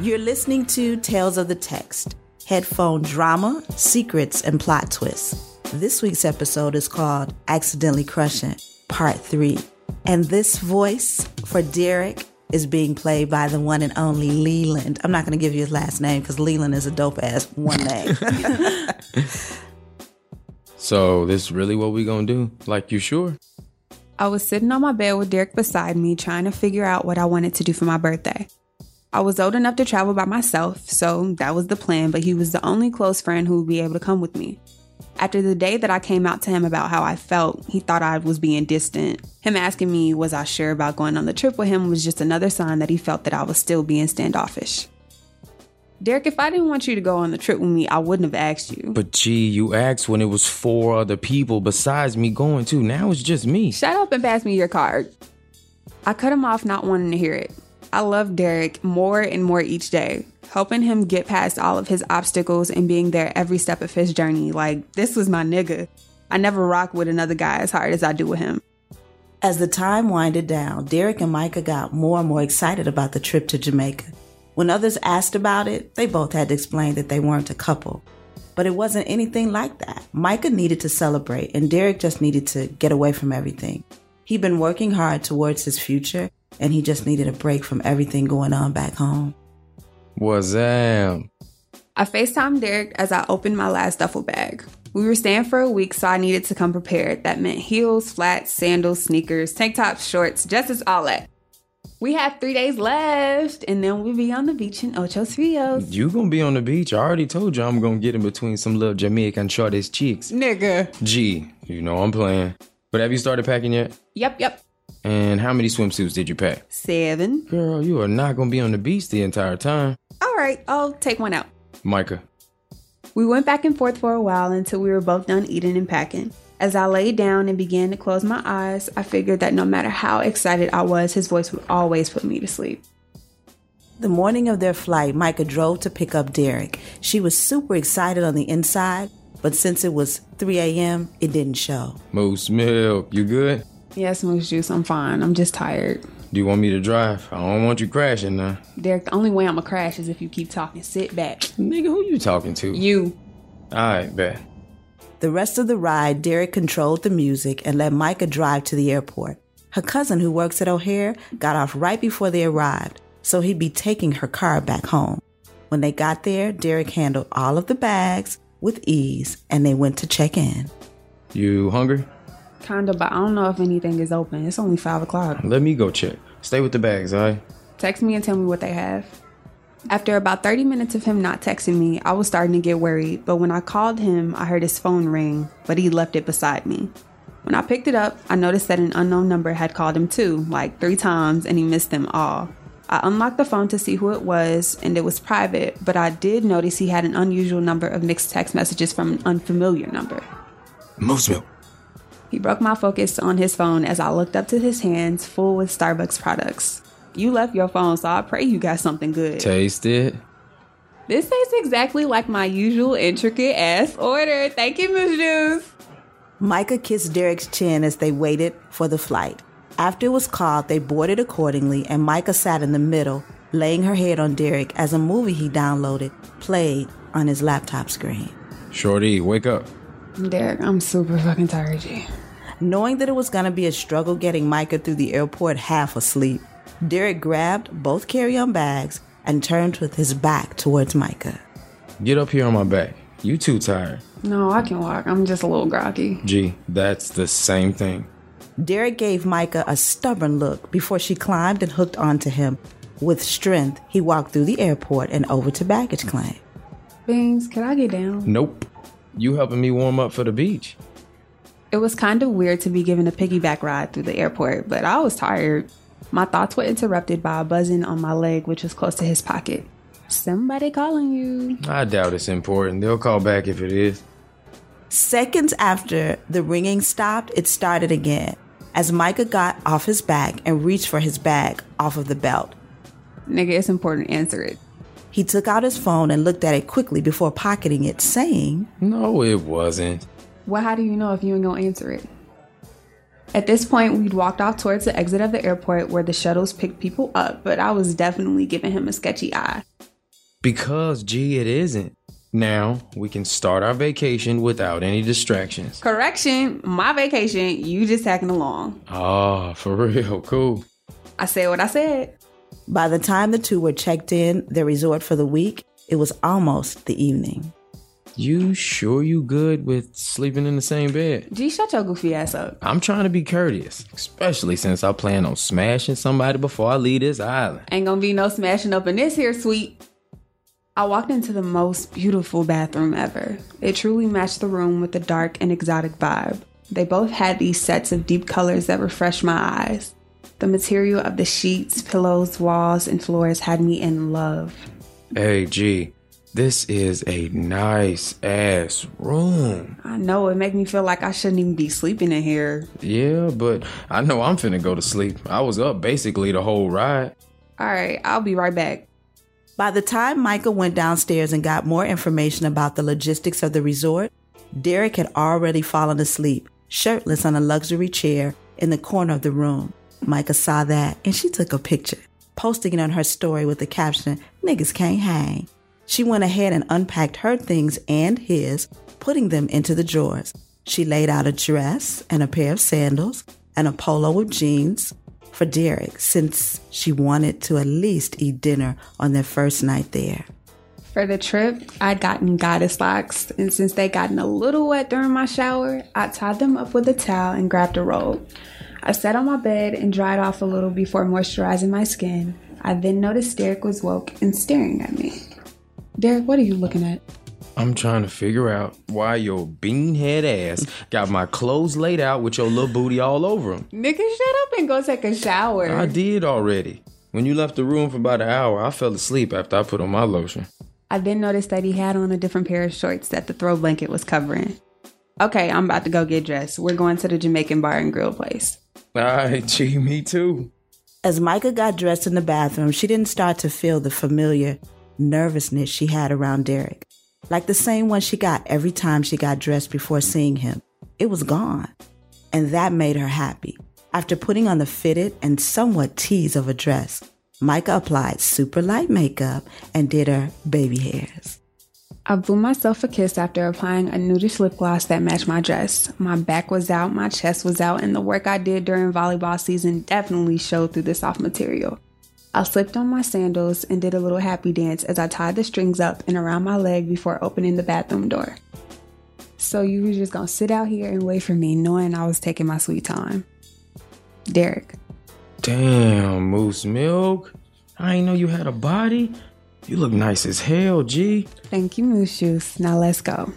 You're listening to Tales of the Text, headphone drama, secrets, and plot twists. This week's episode is called Accidentally Crushing, Part 3. And this voice for Derek is being played by the one and only Leland. I'm not going to give you his last name because Leland is a dope ass one name. So this really what we gonna do? Like you sure? I was sitting on my bed with Derek beside me, trying to figure out what I wanted to do for my birthday. I was old enough to travel by myself, so that was the plan, but he was the only close friend who would be able to come with me. After the day that I came out to him about how I felt, he thought I was being distant. Him asking me, was I sure about going on the trip with him, was just another sign that he felt that I was still being standoffish. Derek, if I didn't want you to go on the trip with me, I wouldn't have asked you. But gee, you asked when it was four other people besides me going too. Now it's just me. Shut up and pass me your card. I cut him off, not wanting to hear it. I love Derek more and more each day, helping him get past all of his obstacles and being there every step of his journey. Like, this was my nigga. I never rock with another guy as hard as I do with him. As the time winded down, Derek and Micah got more and more excited about the trip to Jamaica. When others asked about it, they both had to explain that they weren't a couple. But it wasn't anything like that. Micah needed to celebrate, and Derek just needed to get away from everything. He'd been working hard towards his future, and he just needed a break from everything going on back home. What's up? I FaceTimed Derek as I opened my last duffel bag. We were staying for a week, so I needed to come prepared. That meant heels, flats, sandals, sneakers, tank tops, shorts, dresses, all that. We have three days left, and then we'll be on the beach in Ocho Rios. You gonna be on the beach? I already told you I'm gonna get in between some little Jamaican shortest cheeks. Nigga. Gee, you know I'm playing. But have you started packing yet? Yep, yep. And how many swimsuits did you pack? Seven. Girl, you are not gonna be on the beach the entire time. All right, I'll take one out. Micah, We went back and forth for a while until we were both done eating and packing. As I lay down and began to close my eyes, I figured that no matter how excited I was, his voice would always put me to sleep. The morning of their flight, Micah drove to pick up Derek. She was super excited on the inside, but since it was 3 a.m., it didn't show. Moose Milk, you good? Yes, Moose Juice, I'm fine. I'm just tired. Do you want me to drive? I don't want you crashing now. Derek, the only way I'ma crash is if you keep talking. Sit back. Nigga, who you talking to? You. Alright, bet. The rest of the ride, Derek controlled the music and let Micah drive to the airport. Her cousin, who works at O'Hare, got off right before they arrived, so he'd be taking her car back home. When they got there, Derek handled all of the bags with ease and they went to check in. You hungry? Kinda, but I don't know if anything is open. It's only five o'clock. Let me go check. Stay with the bags, alright? Text me and tell me what they have. After about 30 minutes of him not texting me, I was starting to get worried, but when I called him, I heard his phone ring, but he left it beside me. When I picked it up, I noticed that an unknown number had called him too, like three times, and he missed them all. I unlocked the phone to see who it was, and it was private, but I did notice he had an unusual number of mixed text messages from an unfamiliar number. Moose Milk. He broke my focus on his phone as I looked up to his hands full with Starbucks products. You left your phone, so I pray you got something good. Taste it. This tastes exactly like my usual intricate ass order. Thank you, Miss Juice. Micah kissed Derek's chin as they waited for the flight. After it was called, they boarded accordingly, and Micah sat in the middle, laying her head on Derek as a movie he downloaded played on his laptop screen. Shorty, wake up. Derek, I'm super fucking tired, G. Knowing that it was going to be a struggle getting Micah through the airport half asleep, Derek grabbed both carry on bags and turned with his back towards Micah. Get up here on my back. You too tired. No, I can walk. I'm just a little groggy. Gee, that's the same thing. Derek gave Micah a stubborn look before she climbed and hooked onto him. With strength, he walked through the airport and over to baggage claim. Beans, can I get down? Nope. You helping me warm up for the beach. It was kind of weird to be given a piggyback ride through the airport, but I was tired. My thoughts were interrupted by a buzzing on my leg, which was close to his pocket. Somebody calling you. I doubt it's important. They'll call back if it is. Seconds after the ringing stopped, it started again as Micah got off his back and reached for his bag off of the belt. Nigga, it's important. Answer it. He took out his phone and looked at it quickly before pocketing it, saying, No, it wasn't. Well, how do you know if you ain't gonna answer it? At this point, we'd walked off towards the exit of the airport where the shuttles picked people up, but I was definitely giving him a sketchy eye. Because, gee, it isn't. Now we can start our vacation without any distractions. Correction, my vacation, you just hacking along. Ah, for real. Cool. I said what I said. By the time the two were checked in, their resort for the week, it was almost the evening. You sure you good with sleeping in the same bed? Gee, shut your goofy ass up. I'm trying to be courteous, especially since I plan on smashing somebody before I leave this island. Ain't gonna be no smashing up in this here suite. I walked into the most beautiful bathroom ever. It truly matched the room with the dark and exotic vibe. They both had these sets of deep colors that refreshed my eyes. The material of the sheets, pillows, walls, and floors had me in love. Hey, G, this is a nice ass room. I know it made me feel like I shouldn't even be sleeping in here. Yeah, but I know I'm finna go to sleep. I was up basically the whole ride. All right, I'll be right back. By the time Micah went downstairs and got more information about the logistics of the resort, Derek had already fallen asleep, shirtless on a luxury chair in the corner of the room. Micah saw that and she took a picture, posting it on her story with the caption, Niggas can't hang. She went ahead and unpacked her things and his, putting them into the drawers. She laid out a dress and a pair of sandals and a polo with jeans for Derek since she wanted to at least eat dinner on their first night there. For the trip, I'd gotten goddess locks, and since they gotten a little wet during my shower, I tied them up with a towel and grabbed a robe. I sat on my bed and dried off a little before moisturizing my skin. I then noticed Derek was woke and staring at me. Derek, what are you looking at? I'm trying to figure out why your beanhead ass got my clothes laid out with your little booty all over them. Nigga, shut up and go take a shower. I did already. When you left the room for about an hour, I fell asleep after I put on my lotion. I then noticed that he had on a different pair of shorts that the throw blanket was covering. Okay, I'm about to go get dressed. We're going to the Jamaican bar and grill place. All right, gee, me too. As Micah got dressed in the bathroom, she didn't start to feel the familiar nervousness she had around Derek, like the same one she got every time she got dressed before seeing him. It was gone, and that made her happy. After putting on the fitted and somewhat tease of a dress, Micah applied super light makeup and did her baby hairs. I blew myself a kiss after applying a nudish lip gloss that matched my dress. My back was out, my chest was out, and the work I did during volleyball season definitely showed through the soft material. I slipped on my sandals and did a little happy dance as I tied the strings up and around my leg before opening the bathroom door. So you were just gonna sit out here and wait for me, knowing I was taking my sweet time. Derek, Damn, Moose Milk. I ain't know you had a body. You look nice as hell, G. thank you, Moose Juice. Now let's go.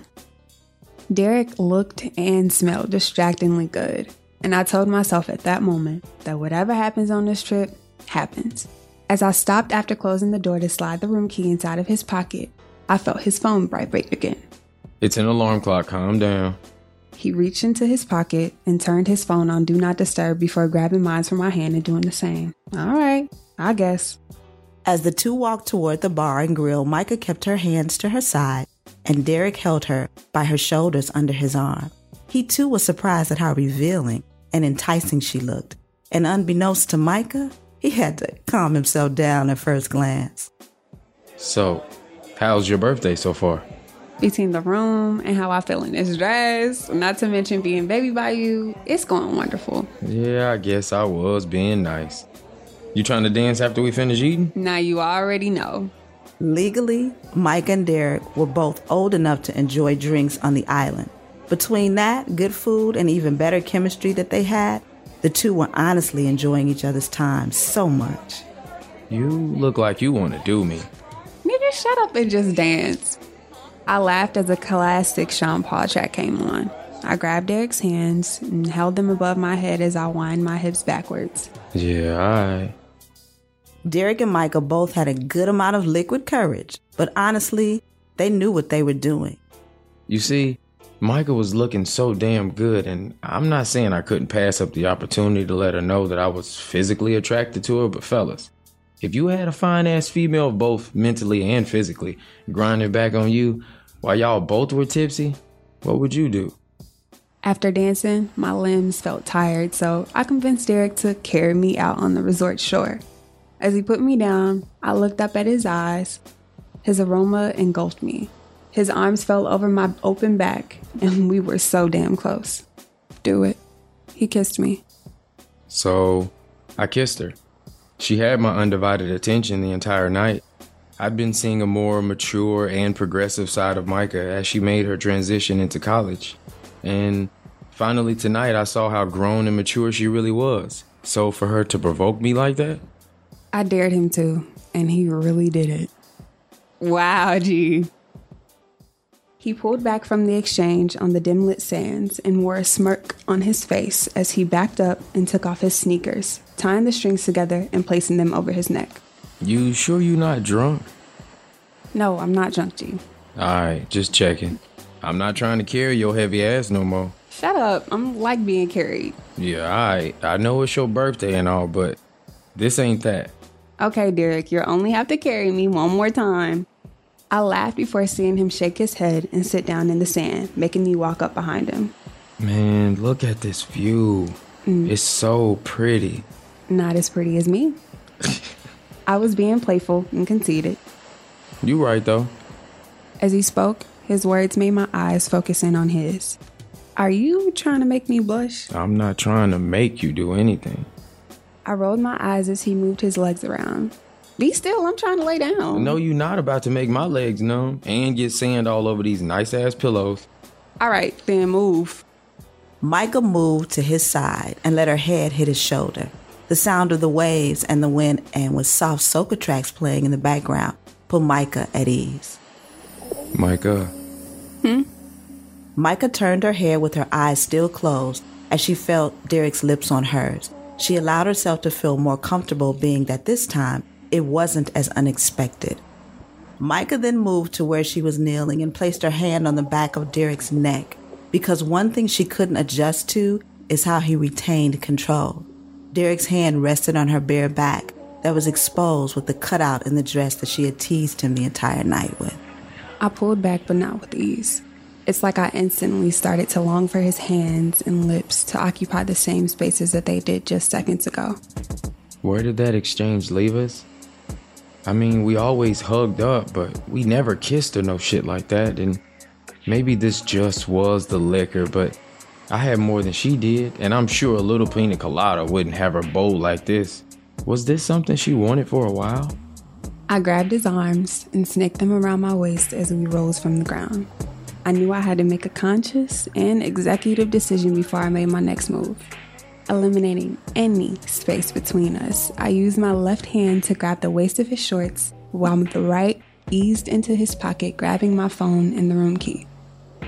Derek looked and smelled distractingly good, and I told myself at that moment that whatever happens on this trip happens. As I stopped after closing the door to slide the room key inside of his pocket, I felt his phone vibrate again. It's an alarm clock. Calm down. He reached into his pocket and turned his phone on Do Not Disturb before grabbing mine from my hand and doing the same. All right, I guess. As the two walked toward the bar and grill, Micah kept her hands to her side, and Derek held her by her shoulders under his arm. He too was surprised at how revealing and enticing she looked, and unbeknownst to Micah, he had to calm himself down at first glance. So, how's your birthday so far? Between the room and how I feel in this dress, not to mention being baby by you, it's going wonderful. Yeah, I guess I was being nice. You trying to dance after we finish eating? Now you already know. Legally, Mike and Derek were both old enough to enjoy drinks on the island. Between that, good food, and even better chemistry that they had, the two were honestly enjoying each other's time so much. You look like you want to do me. Nigga, shut up and just dance. I laughed as a classic Sean Paul track came on. I grabbed Derek's hands and held them above my head as I wind my hips backwards. Yeah, alright. Derek and Michael both had a good amount of liquid courage, but honestly, they knew what they were doing. You see, Michael was looking so damn good, and I'm not saying I couldn't pass up the opportunity to let her know that I was physically attracted to her, but fellas, if you had a fine ass female, both mentally and physically, grinding back on you while y'all both were tipsy, what would you do? After dancing, my limbs felt tired, so I convinced Derek to carry me out on the resort shore. As he put me down, I looked up at his eyes His aroma engulfed me. His arms fell over my open back, and we were so damn close. Do it. He kissed me. So I kissed her. She had my undivided attention the entire night. I'd been seeing a more mature and progressive side of Micah as she made her transition into college. And finally, tonight, I saw how grown and mature she really was. So for her to provoke me like that, I dared him to, and he really did it. Wow, G. He pulled back from the exchange on the dim lit sands and wore a smirk on his face as he backed up and took off his sneakers, tying the strings together and placing them over his neck. you sure you not drunk? No, I'm not drunk, G. Alright, just checking. I'm not trying to carry your heavy ass no more. Shut up. I'm like being carried. Yeah, alright. I know it's your birthday and all, but this ain't that. Okay, Derek, you'll only have to carry me one more time. I laughed before seeing him shake his head and sit down in the sand, making me walk up behind him. Man, look at this view. It's so pretty. Not as pretty as me. I was being playful and conceited. You right though. As he spoke, his words made my eyes focus in on his. Are you trying to make me blush? I'm not trying to make you do anything. I rolled my eyes as he moved his legs around. Be still, I'm trying to lay down. No, you not about to make my legs numb and get sand all over these nice ass pillows. All right, then move. Micah moved to his side and let her head hit his shoulder. The sound of the waves and the wind, and with soft soca tracks playing in the background, put Micah at ease. Micah, Micah turned her head with her eyes still closed as she felt Derek's lips on hers. She allowed herself to feel more comfortable, being that this time it wasn't as unexpected. Micah then moved to where she was kneeling and placed her hand on the back of Derek's neck because one thing she couldn't adjust to is how he retained control. Derek's hand rested on her bare back that was exposed with the cutout in the dress that she had teased him the entire night with. I pulled back, but not with ease. It's like I instantly started to long for his hands and lips to occupy the same spaces that they did just seconds ago. where did that exchange leave us? I mean, we always hugged up, but we never kissed or no shit like that. And maybe this just was the liquor, but I had more than she did, and I'm sure a little pina colada wouldn't have her bold like this. Was this something she wanted for a while? I grabbed his arms and snaked them around my waist as we rose from the ground. I knew I had to make a conscious and executive decision before I made my next move. Eliminating any space between us, I used my left hand to grab the waist of his shorts while with the right eased into his pocket, grabbing my phone and the room key.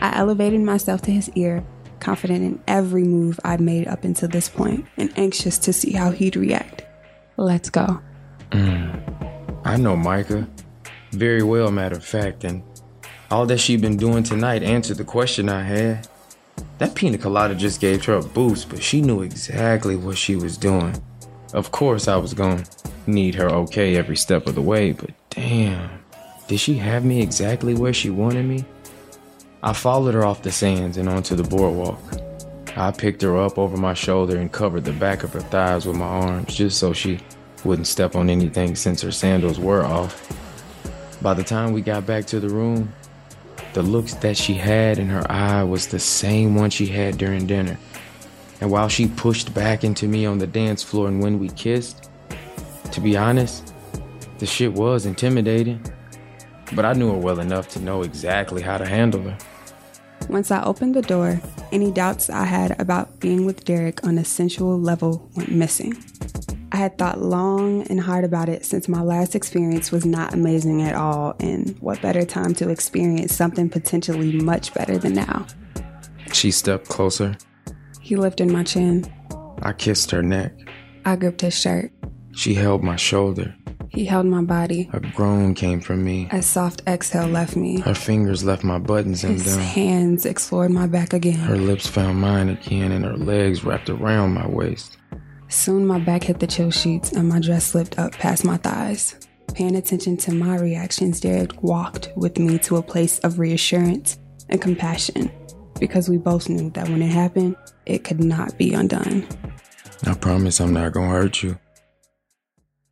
I elevated myself to his ear, confident in every move I'd made up until this point and anxious to see how he'd react. Let's go. I know Micah. Very well, matter of fact, and all that she'd been doing tonight answered the question I had. That pina colada just gave her a boost, but she knew exactly what she was doing. Of course, I was gonna need her okay every step of the way, but damn, did she have me exactly where she wanted me? I followed her off the sands and onto the boardwalk. I picked her up over my shoulder and covered the back of her thighs with my arms just so she wouldn't step on anything since her sandals were off. By the time we got back to the room, the looks that she had in her eye was the same one she had during dinner. And while she pushed back into me on the dance floor and when we kissed, to be honest, the shit was intimidating. But I knew her well enough to know exactly how to handle her. Once I opened the door, any doubts I had about being with Derek on a sensual level went missing. I had thought long and hard about it since my last experience was not amazing at all, and what better time to experience something potentially much better than now? She stepped closer. He lifted my chin. I kissed her neck. I gripped his shirt. She held my shoulder. He held my body. A groan came from me. A soft exhale left me. Her fingers left my buttons and His down. hands explored my back again. Her lips found mine again, and her legs wrapped around my waist. Soon my back hit the chill sheets and my dress slipped up past my thighs. Paying attention to my reactions, Derek walked with me to a place of reassurance and compassion because we both knew that when it happened, it could not be undone. I promise I'm not gonna hurt you.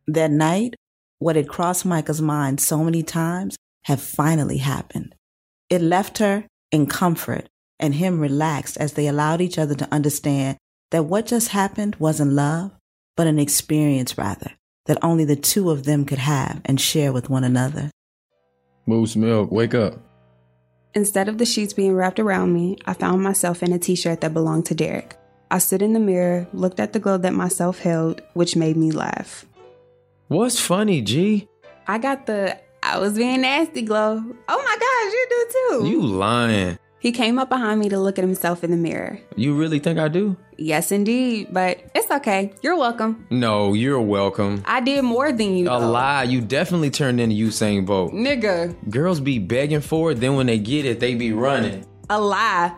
That night, what had crossed Micah's mind so many times have finally happened. It left her in comfort and him relaxed as they allowed each other to understand that what just happened wasn't love, but an experience rather, that only the two of them could have and share with one another. Moose Milk, wake up. Instead of the sheets being wrapped around me, I found myself in a t shirt that belonged to Derek. I stood in the mirror, looked at the glow that myself held, which made me laugh. What's funny, G? I got the I was being nasty glow. Oh my gosh, you do too. You lying. He came up behind me to look at himself in the mirror. You really think I do? Yes, indeed, but it's okay. You're welcome. No, you're welcome. I did more than you. A though. lie. You definitely turned into Usain Bolt. Nigga, Girls be begging for it, then when they get it, they be running. a lie.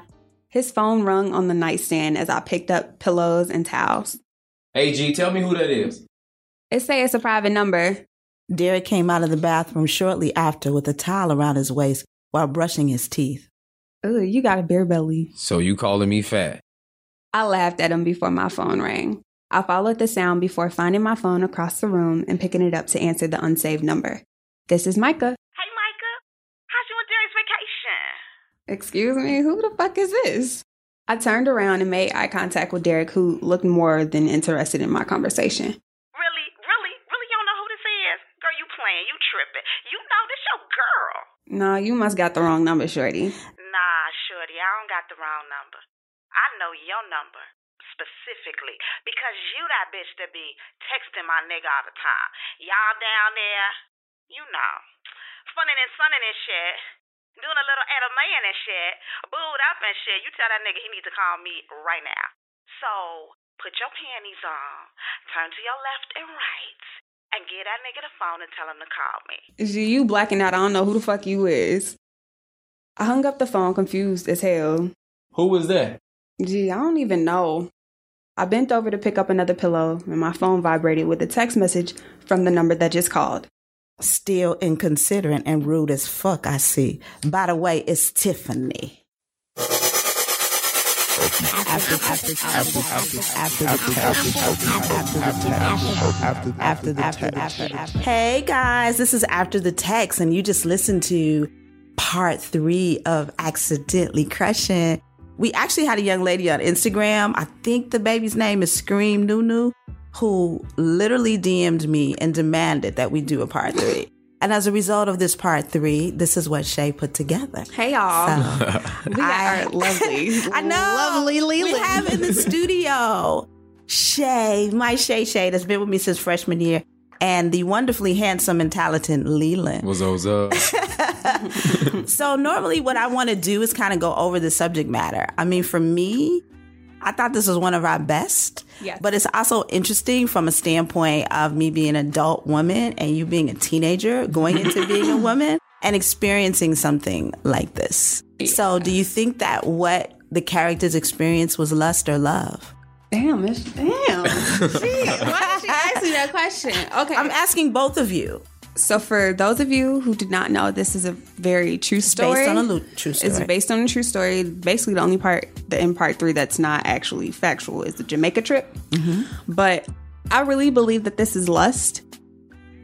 His phone rung on the nightstand as I picked up pillows and towels. Hey, G, tell me who that is. It say it's a private number. Derek came out of the bathroom shortly after with a towel around his waist while brushing his teeth. Ooh, you got a beer belly. So you calling me fat? I laughed at him before my phone rang. I followed the sound before finding my phone across the room and picking it up to answer the unsaved number. This is Micah. Hey, Micah, how's your Derry's vacation? Excuse me, who the fuck is this? I turned around and made eye contact with Derek, who looked more than interested in my conversation. Really, really, really, y'all know who this is? Girl, you playing, you tripping. You know this your girl. Nah, you must got the wrong number, Shorty. Nah, shorty, I don't got the wrong number. I know your number specifically because you that bitch that be texting my nigga all the time. Y'all down there, you know, funning and sunning and shit. Doing a little Edelman and shit, booed up and shit. You tell that nigga he needs to call me right now. So put your panties on, turn to your left and right, and get that nigga the phone and tell him to call me. Gee, you blacking out. I don't know who the fuck you is. I hung up the phone, confused as hell. Who was that? Gee, I don't even know. I bent over to pick up another pillow, and my phone vibrated with a text message from the number that just called. Still inconsiderate and rude as fuck, I see. By the way, it's Tiffany. after the text. Hey guys, this is After the Text, and you just listened to part three of Accidentally Crushing. We actually had a young lady on Instagram. I think the baby's name is Scream Nunu, who literally DM'd me and demanded that we do a part three. And as a result of this part three, this is what Shay put together. Hey, y'all. So- we got I- our lovely. I know. Lovely Lily. We have in the studio Shay, my Shay Shay, that's been with me since freshman year, and the wonderfully handsome and talented Leland. Was those up? So, normally, what I want to do is kind of go over the subject matter. I mean, for me, I thought this was one of our best, Yes. but it's also interesting from a standpoint of me being an adult woman and you being a teenager going into being a woman and experiencing something like this. So, do you think that what the characters experience was lust or love? Damn, it's damn. Jeez, why did she ask me that question? Okay. I'm asking both of you so for those of you who did not know, this is a very true story. based on a lo- true story. It's based on a true story. Basically, the only part, the in part three, that's not actually factual is the Jamaica trip. But I really believe that this is lust.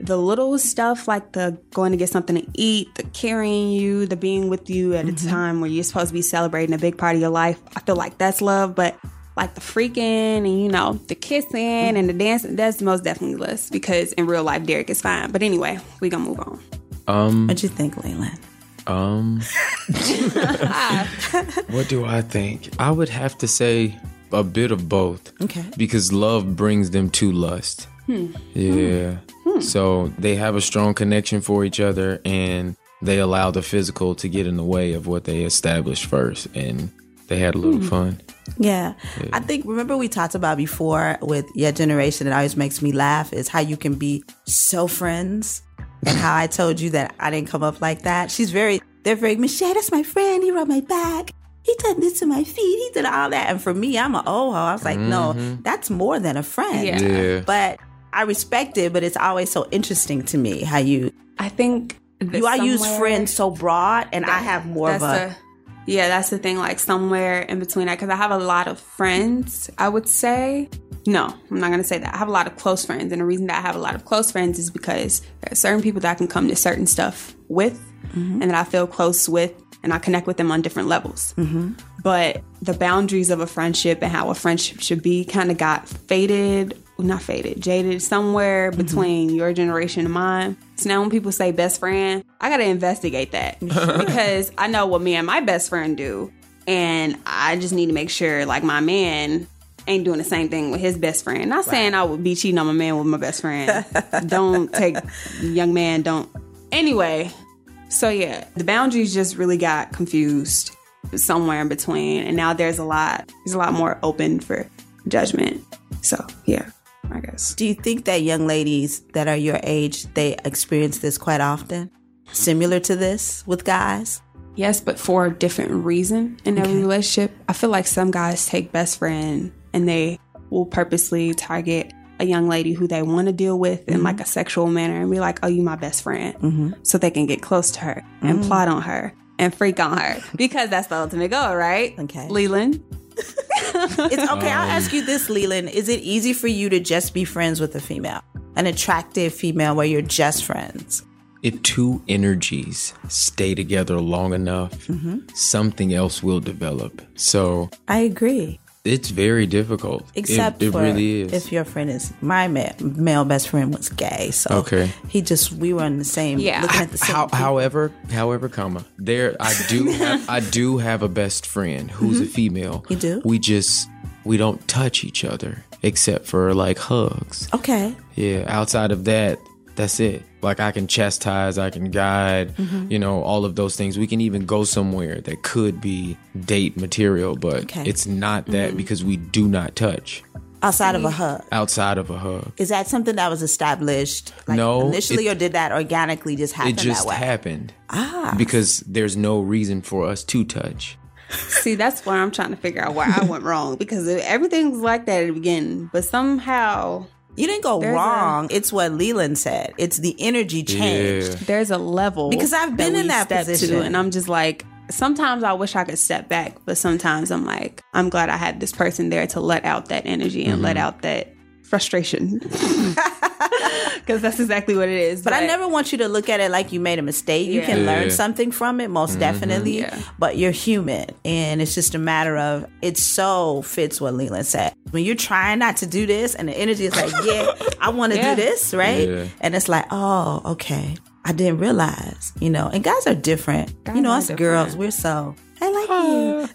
The little stuff like the going to get something to eat, the carrying you, the being with you at a time where you're supposed to be celebrating a big part of your life. I feel like that's love, but like the freaking and you know the kissing and the dancing, that's most definitely lust because in real life Derek is fine. But anyway, we gonna move on. um, what you think, Leland? um. what do I think? I would have to say a bit of both. Okay. Hmm. Because love brings them to lust. Yeah. So they have a strong connection for each other and they allow the physical to get in the way of what they established first. And they had a little Hmm. fun. Yeah. I think, remember we talked about before with your generation, it always makes me laugh is how you can be so friends and how I told you that I didn't come up like that. She's very, they're very, Michelle, that's my friend. He rubbed my back. He did this to my feet. He did all that. And for me, I'm a oh, I was like, no, that's more than a friend. Yeah. Yeah. But I respect it, but it's always so interesting to me how you, I think that you, I use somewhere- friends so broad and I have more of that's a, the- yeah that's the thing like somewhere in between that because i have a lot of friends i would say no i'm not going to say that i have a lot of close friends and the reason that i have a lot of close friends is because there are certain people that i can come to certain stuff with Mm-hmm. and that I feel close with and I connect with them on different levels. But the boundaries of a friendship and how a friendship should be kind of got faded, not faded, jaded somewhere between your generation and mine. So now when people say best friend, I got to investigate that because I know what me and my best friend do. And I just need to make sure, like, my man ain't doing the same thing with his best friend. Not saying I would be cheating on my man with my best friend. don't take young man, don't. Anyway, so yeah, the boundaries just really got confused somewhere in between and now there's a lot there's a lot more open for judgment. So, yeah, I guess. Do you think that young ladies that are your age, they experience this quite often? Similar to this with guys? Yes, but for a different reason in every relationship. I feel like some guys take best friend and they will purposely target a young lady who they want to deal with in like a sexual manner and be like, "Oh, you my best friend," so they can get close to her and plot on her and freak on her because that's the ultimate goal, right? Okay. Leland. It's okay, Um. I'll ask you this, Leland. Is it easy for you to just be friends with a female? An attractive female where you're just friends? If two energies stay together long enough, Mm-hmm. something else will develop. So I agree. it's very difficult. It- Except it, for really is. if your friend is my ma- male best friend was gay, so Okay. he just we were in the same Yeah. looking at the same. How, however, however, comma there, I do have, I do have a best friend who's a female. Mm-hmm. You do? We just we don't touch each other except for like hugs. okay, Yeah. Outside of that, that's it. Like I can chastise, I can guide, Mm-hmm. you know, all of those things. We can even go somewhere that could be date material, but Okay. Mm-hmm. it's not that because we do not touch outside of a hug, outside of a hug. is that something that was established? Like No, initially, it- or did that organically just happen It just that way? happened. Ah. Because there's no reason for us to touch. See, that's where I'm trying to figure out where I went wrong because everything was like that at the beginning, but somehow you didn't go There's wrong. it's what Leland said. It's the energy changed. there's a level Because I've been we in that step position. and I'm just like sometimes I wish I could step back, but sometimes I'm like I'm glad I had this person there to let out that energy and let out that frustration because that's exactly what it is. But I never want you to look at it like you made a mistake. You Yeah. can learn Yeah. Mm-hmm. something from it, most definitely. Yeah. But you're human, and it's just a matter of it. So fits what Leland said. When you're trying not to do this, and the energy is like, "Yeah, I want to Yeah. do this," right? Yeah. And it's like, "Oh, okay, I didn't realize," you know. And guys are different. Guys you know, are us girls, different. we're so. I like you.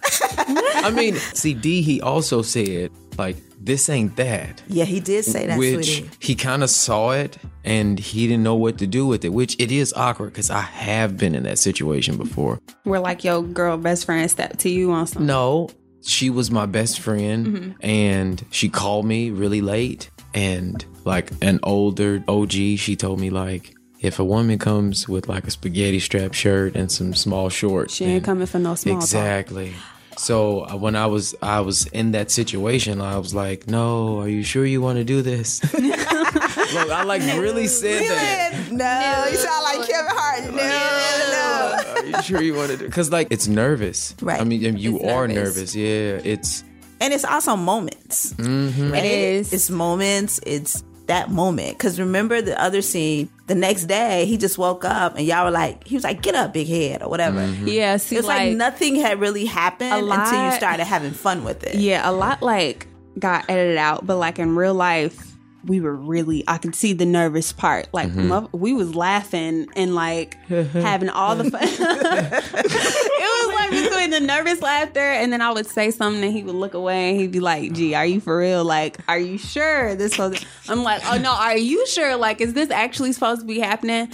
I mean, see, D, he also said, like, this ain't that. Yeah, he did say that, which sweetie. he kind of saw it and he didn't know what to do with it, which it is awkward because I have been in that situation before. we're like yo girl best friend step to you on something. No, she was my best friend Mm-hmm. and she called me really late. And like an older OG, she told me, like, if a woman comes with like a spaghetti strap shirt and some small shorts, She ain't then- coming for no small talk. exactly so uh, when i was i was in that situation i was like no are you sure you want to do this look i like really said that No, you sound like Kevin Hart. No, no. Uh, are you sure you want to do because like it's nervous Right. i mean and you It's are nervous. nervous. yeah it's and it's also moments. Mm-hmm. It is. It's moments. It's that moment. Because remember the other scene. The next day, he just woke up, and y'all were like, he was like, "Get up, big head," or whatever. Yeah, see, It was like, Mm-hmm. like nothing had really happened A until you lot- started having fun with it. Yeah, a lot like got edited out, but like in real life, we were really I could see the nervous part. Like mother- we was laughing and like having all the fun. it was like between the nervous laughter and then I would say something and he would look away and he'd be like, "Gee, are you for real? Like, are you sure this was?" I'm like, "Oh no, are you sure? Like, is this actually supposed to be happening?"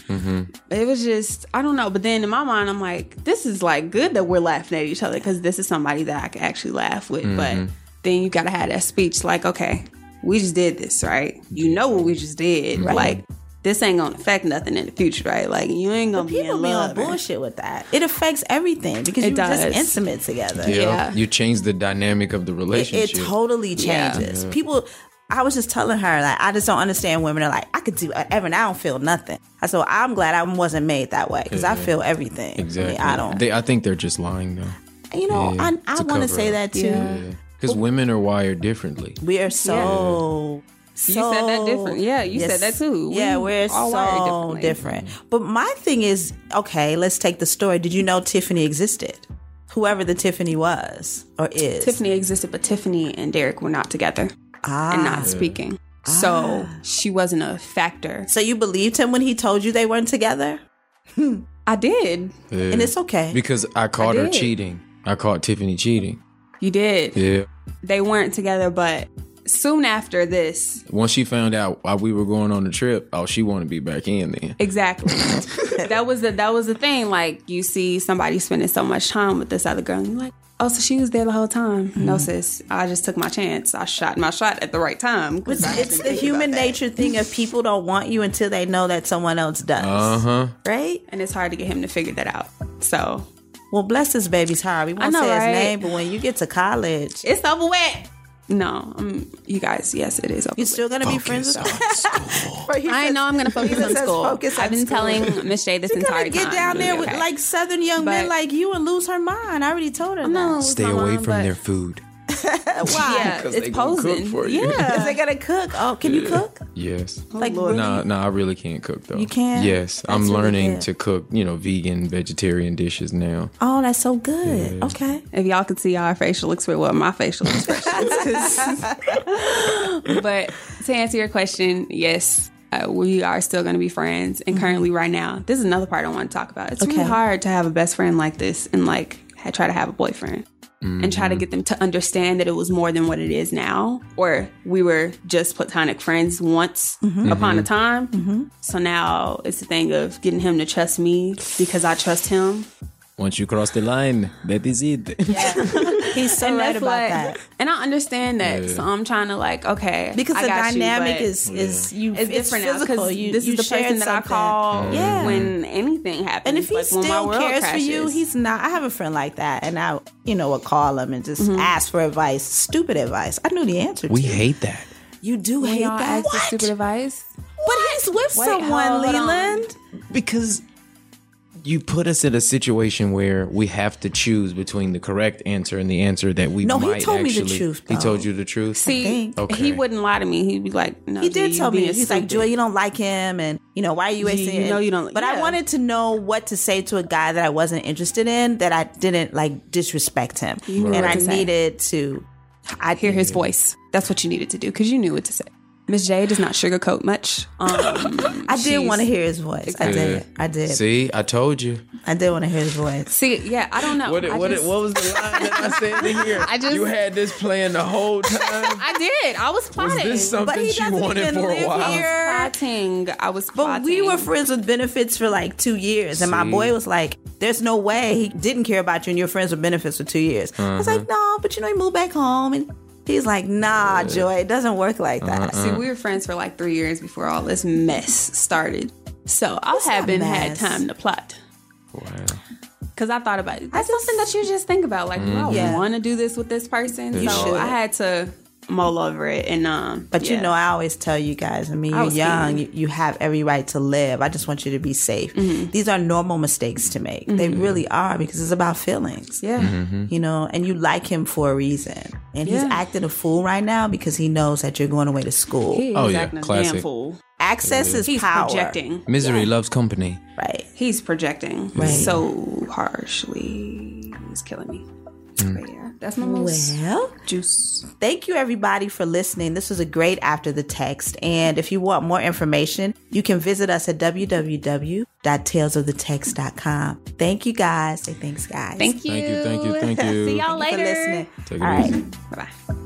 it was just I don't know. But then in my mind, I'm like, this is like good that we're laughing at each other because this is somebody that I can actually laugh with. But then you gotta have that speech like, okay, we just did this, right? You know what we just did, like. This ain't gonna affect nothing in the future, right? Like you ain't gonna be People in be love. on or- bullshit with that. It affects everything because It you're just does. intimate together. yeah, Yeah. you change the dynamic of the It, relationship Mm-hmm. it totally Yeah. changes. People, I was just telling her, like, I just don't understand women are like, I could do whatever and I don't feel nothing. I said, well, I'm glad I wasn't made that way because I feel everything. exactly I, mean, I don't. They, i think they're just lying though you know, Yeah, it's I, I a want to cover say up. that too. because women are wired differently We are so You said that different. Yeah, you said that too. We yeah, we're all wired so differently. different. But my thing is, okay, let's take the story. Did you know Tiffany existed? Whoever the Tiffany was or is. Tiffany existed, but Tiffany and Derek were not together Ah. and not speaking. So she wasn't a factor. So you believed him when he told you they weren't together? I did. And it's okay. Because I caught I her did. cheating. I caught Tiffany cheating. You did. Yeah. They weren't together, but soon after this, Once she found out why we were going on the trip, oh, she wanted to be back in then. Exactly. that was the that was the thing. Like you see somebody spending so much time with this other girl, and you're like, oh, so she was there the whole time. Mm-hmm. No, sis, I just took my chance. I shot my shot at the right time. 'cause it's, I didn't it's the think about human that. nature thing of people don't want you until they know that someone else does. Uh huh. Right? and it's hard to get him to figure that out. So Well, bless this baby's heart. We won't know, say right? his name, but when you get to college, it's over with. No, um, you guys, yes, it is over. you're with. still going to be friends with him. I know I'm gonna focus on says school. focus on I've been school. telling Miss J this She's entire gonna get time. down there with Okay. like southern young men But- like you and lose her mind. I already told her. I'm not that. gonna lose my mind, but- food. Why? Yeah, Because it's they gonna cook posing. for you. Yeah, Is they gonna cook? Oh, can you cook? Yes. Like Lord. really? Nah, nah, I really can't cook though. You can't? Yes, I'm That's really learning good. to cook, you know, vegan, vegetarian dishes now. Oh, that's so good. Okay. If y'all could see our facial expression, well, my facial expressions. 'cause- but to answer your question, yes, uh, we are still going to be friends. And currently, right now, this is another part I want to talk about. It's Okay. really hard to have a best friend like this and like ha- try to have a boyfriend and try to get them to understand that it was more than what it is now, or we were just platonic friends once upon a time. So now it's the thing of getting him to trust me because I trust him. Once you cross the line, that is it. He's so right That's about like- that And I understand that. So I'm trying to like, okay, because I the got you, dynamic but is is you it's different now physical. because You- this you is the person shared that I something. call Yeah. when anything happens. And if he like, when my still world cares for you, crashes. he's not. I have a friend like that, and I, you know, would call him and just Mm-hmm. ask for advice. Stupid advice. I knew the answer. we to. hate that. you do hate y'all that. ask for What? stupid advice. But he's with Wait, someone, hold on. Leland. Because you put us in a situation where we have to choose between the correct answer and the answer that we No, he might told me the actually. truth, He though. told you the truth. See, think. Okay. he wouldn't lie to me. He'd be like, no, He did you tell me. being He's like, stupid. Joy, you don't like him, and you know why are you You- wasting? you it?" know you don't- But I yeah. wanted to know what to say to a guy that I wasn't interested in, that I didn't like disrespect him, knew and what I to say. needed to. I hear his voice. That's what you needed to do because you knew what to say. Miss J does not sugarcoat much. Um, I did she's- want to hear his voice. I did. I did. See, I told you. I did want to hear his voice. See, yeah, I don't know. What, Um, I what, just- what was the line that I said to hear? I just- you had this plan the whole time. I did. I was was plotting. this But something he she doesn't wanted even for a live while? here. plotting. I was But plotting. we were friends with benefits for like two years, and my See? boy was like, "There's no way he didn't care about you, and your friends with benefits for two years." I was Uh-huh. like, "No, but you know he moved back home," and he's like, "Nah, Joy, it doesn't work like that." See, Uh. we were friends for like three years before all this mess started. So I not haven't had mess? time to plot. Wow. Cause I thought about it. That's something that you just think about. Like, well, Mm-hmm. Yeah. I want to do this with this person, so should. I had to mull over it. And um, But you yeah. know, I always tell you guys, I mean, I you're was young, you, kidding. you have every right to live. I just want you to be safe. Mm-hmm. These are normal mistakes to make. They really are because it's about feelings, yeah, Mm-hmm. Mm-hmm. you know, and you like him for a reason. And he's Yeah. acting a fool right now because he knows that you're going away to school. He Oh, is yeah, acting a classic. damn fool. Access is He's power. projecting. Misery loves company. Right. He's projecting Right. so harshly. It's killing me. Mm. But yeah, that's my most Well, juice. Thank you, everybody, for listening. This was a great After the Text. And if you want more information, you can visit us at www.talesofthetext.com. Thank you, guys. Say thanks, guys. Thank you. Thank you, thank you, thank you. See y'all Thank you later. for listening. Take it All right. easy. Bye bye.